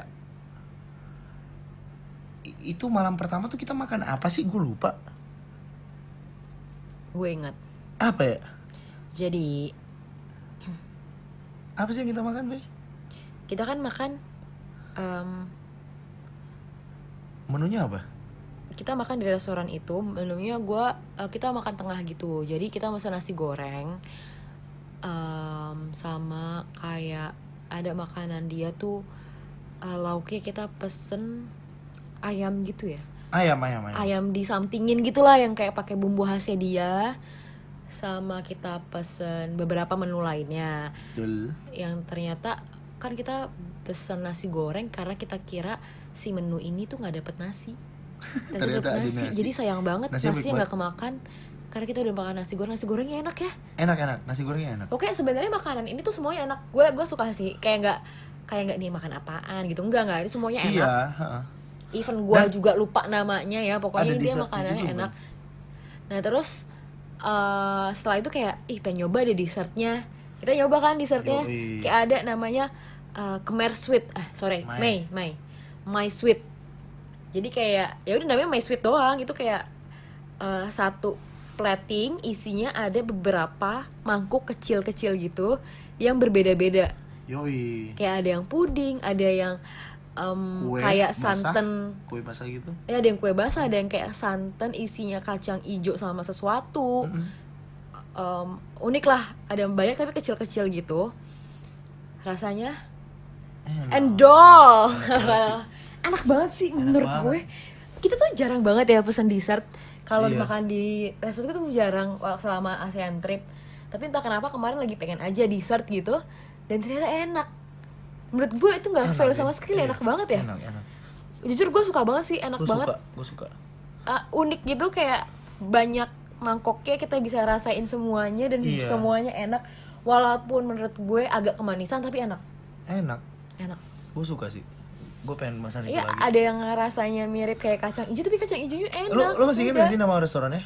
I- Itu malam pertama tuh kita makan apa sih? Gue lupa.
gue ingat
Apa ya?
jadi
Apa sih yang kita makan, Be?
kita kan makan em,
Menunya apa?
kita makan di restoran itu menunya gue kita makan tengah gitu jadi kita pesan nasi goreng em, sama kayak ada makanan dia tuh eh, lauknya kita pesen ayam gitu ya
Ayam, ayam, ayam.
ayam di somethingin gitulah yang kayak pakai bumbu khasnya dia sama kita pesen beberapa menu lainnya
Betul.
yang ternyata kan kita pesan nasi goreng karena kita kira si menu ini tuh nggak dapet nasi
Ternyata
dapet
ada nasi.
jadi sayang banget
Nasinya
nasinya
baik
nggak kemakan karena kita udah makan nasi goreng nasi gorengnya enak ya
Enak, enak. Nasi gorengnya enak.
oke sebenarnya makanan ini tuh semuanya enak gue gue suka sih kayak nggak kayak nggak nih makan apaan gitu enggak enggak ini semuanya
Iya,
enak
heeh.
even gue juga lupa namanya ya
ada
pokoknya dia
dessertnya
makanannya
gitu juga,
enak nah terus eh, setelah itu kayak ih pengen nyoba deh dessertnya kita nyoba kan dessertnya
Yoi.
kayak ada namanya eh, kemer sweet ah sorry
Mai.
Mei Mei Mai sweet jadi kayak ya udah namanya Mai sweet doang itu kayak eh, satu plating isinya ada beberapa mangkuk kecil-kecil gitu yang berbeda-beda
Yoi.
kayak ada yang puding ada yang em,
Kue
kayak
basah.
santan
Kue basah gitu.
Ya, ada yang kue basah, ada yang kayak santan isinya kacang ijo sama sesuatu.
Mm-hmm.
Em, unik lah, ada yang banyak tapi kecil-kecil gitu. Rasanya endol. Enak banget sih menurut
banget.
gue. Kita tuh jarang banget ya pesan dessert kalau
Iya.
makan di restoran tuh jarang wah, selama ASEAN trip. Tapi entah kenapa kemarin lagi pengen aja dessert gitu dan ternyata enak. Menurut gue itu nggak fail sama sekali, enak banget ya.
Iya. Enak, enak.
Jujur gue suka banget sih, enak
Gue
banget
suka, gue suka.
uh, unik gitu kayak banyak mangkoknya kita bisa rasain semuanya dan
Iya.
semuanya enak walaupun menurut gue agak kemanisan tapi enak
Enak.
enak
Gue suka sih. Gue pengen pesan itu
iya
Gitu lagi.
ada yang rasanya mirip kayak kacang hijau tapi kacang hijaunya enak
Lo, lo masih inget
beda.
gak sih nama restorannya?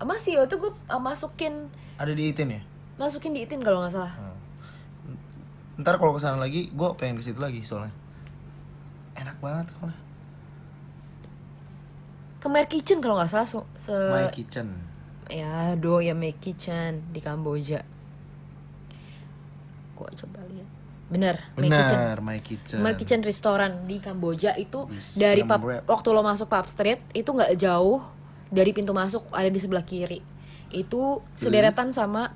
Uh, masih waktu itu gue uh, masukin
Ada di Itin ya?
masukin di itin kalau nggak salah
Hmm. Ntar kalau kesana lagi, gue pengen ke situ lagi soalnya. Enak banget soalnya.
kemer kitchen kalau nggak salah su- se
My Kitchen.
ya do ya make kitchen di Kamboja gue coba lihat bener, Mae kitchen
Benar, My Kitchen.
Mer Kitchen Restoran di Kamboja itu
Bisa
dari pub-
merap.
waktu lo masuk pub street itu nggak jauh dari pintu masuk ada di sebelah kiri itu sederetan sama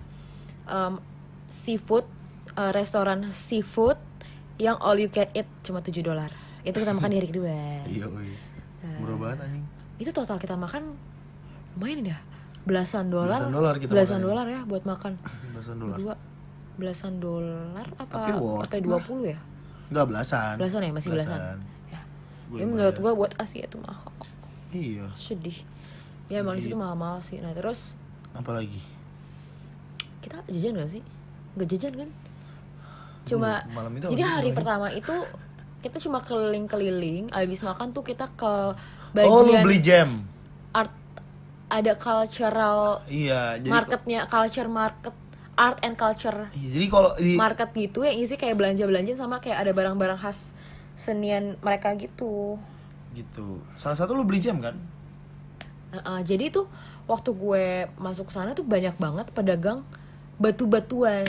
um, seafood uh, restoran seafood yang all you can eat cuma 7 dolar itu kita makan di hari kedua
Iya, woi.
Eh.
Murah banget anjing.
itu total kita makan lumayan dah belasan dolar
Belasan dolar kita
belasan
makan.
dolar ya buat makan
Belasan dolar.
dua belasan dolar
Tapi
apa
worth
apa
it
dua puluh ya
Enggak belasan.
belasan ya masih belasan, ya
Belum
Tapi menurut gua buat Asia itu mahal
Iya.
sedih ya emang di situ mahal-mahal sih nah terus
Apalagi?
kita jajan gak sih gak jajan kan cuma
Iya, malam itu
jadi
apa sih
hari
namanya?
pertama itu kita cuma keliling-keliling abis makan tuh kita ke
Oh, lu
bagian
beli jam.
art ada cultural
Iya, jadi
marketnya culture market art and culture
Iya, jadi kalau di
market gitu yang isi kayak belanja-belanja sama kayak ada barang-barang khas senian mereka gitu
gitu. Salah satu lu beli jam kan?
Heeh, jadi tuh waktu gue masuk sana tuh banyak banget pedagang batu-batuan,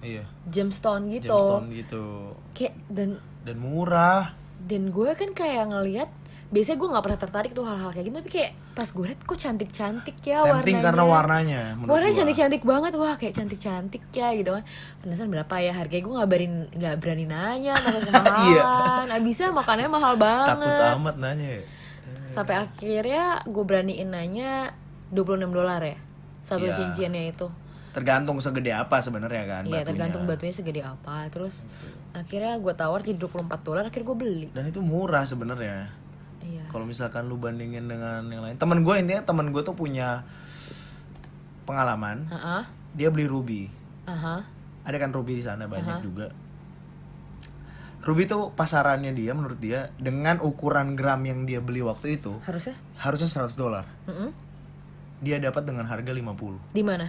Iya.
gemstone gitu.
Jamstone gitu.
Kayak dan
Dan murah.
dan gue kan kayak ngelihat biasanya gue nggak pernah tertarik tuh hal-hal kayak gitu tapi kayak pas gue liat kok cantik cantik ya
Tempting
warnanya
karena warnanya menurut
warnanya
gua.
cantik cantik banget wah kayak cantik cantik ya gitu kan penasaran berapa ya harganya gue ngabarin nggak berani nanya takut kemahalan abisnya makannya mahal
Iya. Takut
banget
amat nanya. ya.
sampai akhirnya gue beraniin nanya 26 dolar ya satu
Iya.
cincinnya itu
Tergantung segede apa sebenarnya kan
Iya
batunya.
tergantung batunya segede apa terus akhirnya gue tawar jadi 24 dolar akhirnya gue beli
Dan itu murah sebenarnya.
iya
Kalau misalkan lu bandingin dengan yang lain. Temen gue intinya temen gue tuh punya pengalaman.
ah
Dia beli ruby.
ah
Ada kan ruby di sana banyak juga. Ruby tuh pasarannya dia menurut dia dengan ukuran gram yang dia beli waktu itu
harusnya
harusnya 100 dolar.
Mm-mm.
Dia dapat dengan harga 50.
di mana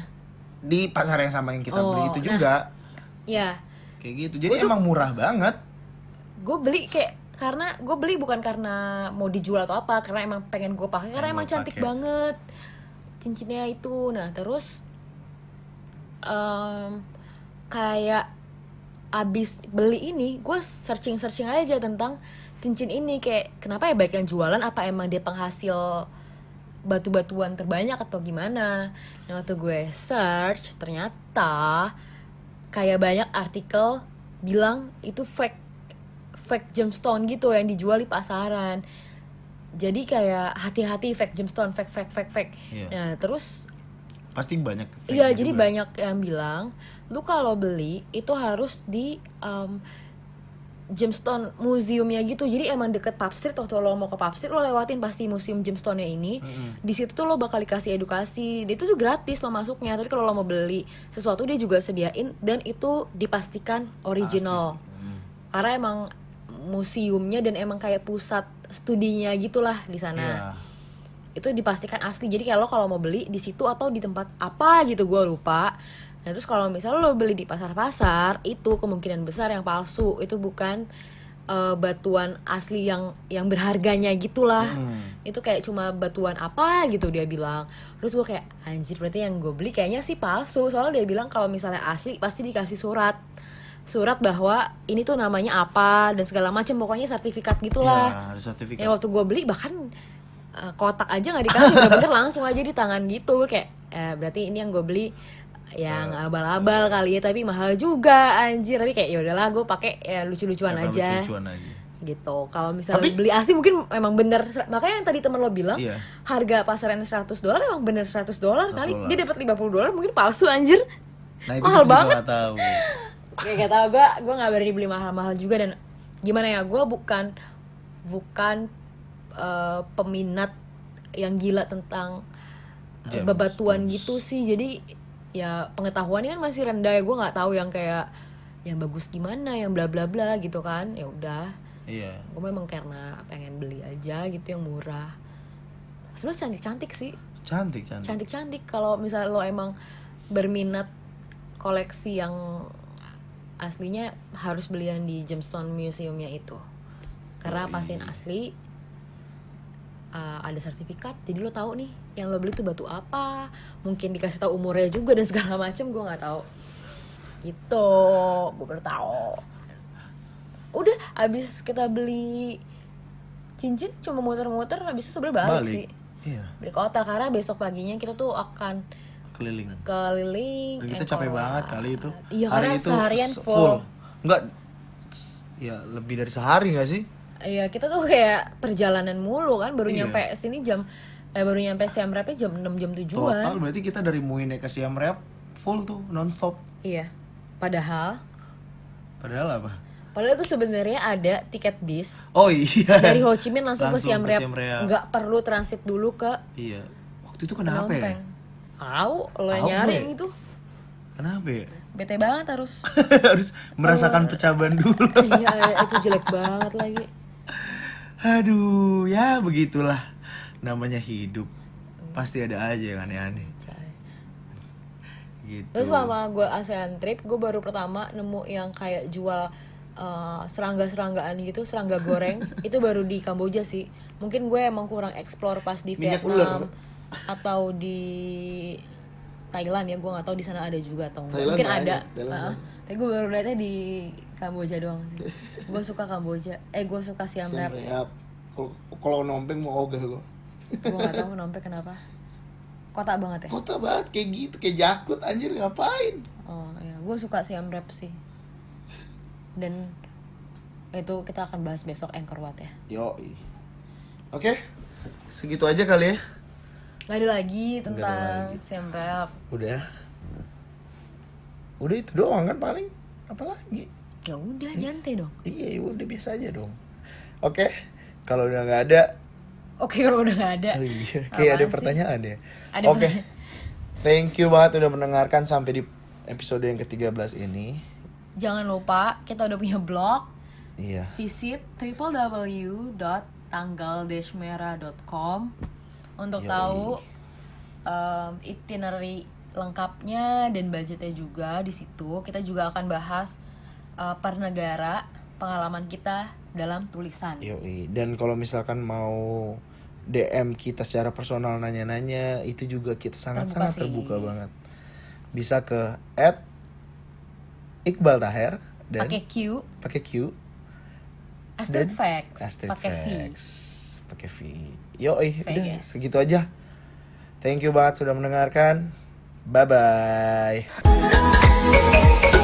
Di pasar yang sama yang kita
Oh,
beli itu
nah.
juga.
ya
Kayak gitu. Jadi emang murah banget.
gue beli kayak karena gue beli bukan karena mau dijual atau apa karena emang pengen gue pakai karena
Pengen
emang
gua
cantik
pakai.
banget cincinnya itu nah terus em, kayak abis beli ini gue searching searching aja tentang cincin ini kayak kenapa ya baik yang jualan apa emang dia penghasil batu-batuan terbanyak atau gimana nah waktu gue search ternyata kayak banyak artikel bilang itu fake fake gemstone gitu yang dijual di pasaran jadi kayak hati-hati fake gemstone fake fake fake fake
Iya.
nah terus
Pasti banyak.
Iya,
fake-nya
jadi
juga.
banyak yang bilang lu kalau beli itu harus di em, Gemstone museumnya gitu. Jadi emang deket Pub Street waktu lo mau ke Pub Street lo lewatin pasti museum Gemstone-nya ini.
Hmm.
Di situ tuh lo bakal dikasih edukasi. Dia itu tuh gratis lo masuknya, tapi kalau lo mau beli sesuatu dia juga sediain dan itu dipastikan original. Karena emang museumnya dan emang kayak pusat studinya gitulah di sana
Iya.
itu dipastikan asli jadi kayak lo kalau mau beli di situ atau di tempat apa gitu gue lupa nah terus kalau misalnya lo beli di pasar-pasar itu kemungkinan besar yang palsu itu bukan eh, batuan asli yang yang berharganya gitulah
Hmm.
itu kayak cuma batuan apa gitu dia bilang terus gue kayak anjir berarti yang gue beli kayaknya sih palsu soalnya dia bilang kalau misalnya asli pasti dikasih surat surat bahwa ini tuh namanya apa dan segala macam pokoknya sertifikat gitulah
Iya, harus sertifikat.
Ya waktu gue beli bahkan eh, kotak aja nggak dikasih bener-bener langsung aja di tangan gitu Gue kayak eh, berarti ini yang gue beli yang
Eh.
abal-abal kali ya tapi mahal juga anjir tapi kayak ya udahlah gue pakai ya lucu-lucuan
Emang
aja
lucu-lucuan aja.
gitu kalau misalnya
Tapi-
beli asli mungkin emang bener makanya yang tadi temen lo bilang
Iya.
harga pasaran 100 dolar emang bener 100 dolar
100
kali
dolar.
dia dapat 50 dolar mungkin palsu anjir
Nah, itu
mahal
kita juga
banget
nggak tahu.
ya gak tau gue gue nggak berani beli mahal-mahal juga dan gimana ya gue bukan bukan eh, peminat yang gila tentang eh,
Gems,
bebatuan
gems.
gitu sih jadi ya pengetahuannya kan masih rendah ya gue nggak tahu yang kayak yang bagus gimana yang bla bla bla gitu kan ya udah
Iya.
gue memang karena pengen beli aja gitu yang murah sebenarnya cantik cantik sih
Cantik, cantik.
cantik cantik kalau misalnya lo emang berminat koleksi yang aslinya harus belian di Gemstone Museumnya itu karena pastiin asli uh, ada sertifikat jadi lo tahu nih yang lo beli tuh batu apa mungkin dikasih tahu umurnya juga dan segala macem gue nggak tahu gitu gue baru tahu udah abis kita beli cincin cuma muter-muter abis itu sebenernya balik,
Balik.
sih
Iya,
beli ke hotel karena besok paginya kita tuh akan
keliling.
keliling
Dan Nah, kita capek
Engkol.
banget kali itu.
iya karena seharian
s-
full
Enggak s- ya lebih dari sehari nggak sih?
iya kita tuh kayak perjalanan mulu kan baru
Iya.
nyampe sini jam eh, baru nyampe siam rapnya jam 6 jam 7an
Total berarti kita dari Muine ke Siam Reap full tuh nonstop.
iya padahal
Padahal apa?
padahal tuh sebenarnya ada tiket bis
Oh iya.
dari Ho Chi Minh langsung,
Langsung
ke Siam
ke
Reap
Siem Reap.
nggak perlu transit dulu ke
iya. Waktu itu kenapa ya?
Phnom Au, lo yang
Au, ya?
nyari
gue.
yang itu
Kenapa ya?
bete banget harus
Harus
Eh.
merasakan pecaban dulu.
iya itu jelek banget lagi
Aduh, ya begitulah namanya hidup. Pasti ada aja yang aneh-aneh
Cai.
gitu.
Iya.
Terus selama gue ASEAN trip, gue baru pertama nemu yang kayak jual eh, serangga-seranggaan gitu, serangga goreng. itu baru di Kamboja sih. Mungkin gue emang kurang explore pas di
Minyak
Vietnam atau di Thailand ya, gue nggak tahu di sana ada juga atau enggak.
Thailand
Mungkin
banyak,
ada.
Thailand
Heeh. Tapi gue baru liatnya di Kamboja doang. gue suka Kamboja. Eh gue suka Siem Reap.
Siap.
Kalau- Kalau nompeng mau ogah gue.
gue gak tau ngenompe kenapa kotak banget ya
Kota banget kayak gitu, kayak jakut anjir ngapain?
oh ya gue suka siam rap sih dan itu kita akan bahas besok anchor wat ya
Yo. Oke,
Segitu aja kali ya.
nggak ada lagi tentang siam rap
udah. Udah itu doang kan paling. Apalagi?
ya udah nyantai dong
Iya, udah biasa aja dong. Oke, kalau udah nggak ada,
oke kalau udah nggak ada
oh iya,
Apaan
kayak ada
sih?
pertanyaan ya.
Ada
Oke,
pertanyaan.
thank you banget udah mendengarkan sampai di episode yang ke-13 ini.
jangan lupa kita udah punya blog
Iya,
visit www.tanggal-merah.com untuk
Yoi.
tahu um, itinerary lengkapnya dan budgetnya juga di situ. Kita juga akan bahas uh, per negara pengalaman kita dalam tulisan.
yoi. Dan kalau misalkan mau DM kita secara personal nanya-nanya, itu juga kita sangat-sangat
Terbuka
terbuka,
sih.
banget. Bisa ke at Iqbal Taher dan
Pakai Q,
pakai Q
asterisk facts,
Astrid
pakai V.
Facts. Pakai V. Yo, eh, udah
Vegas.
segitu aja. Thank you banget sudah mendengarkan. Bye bye.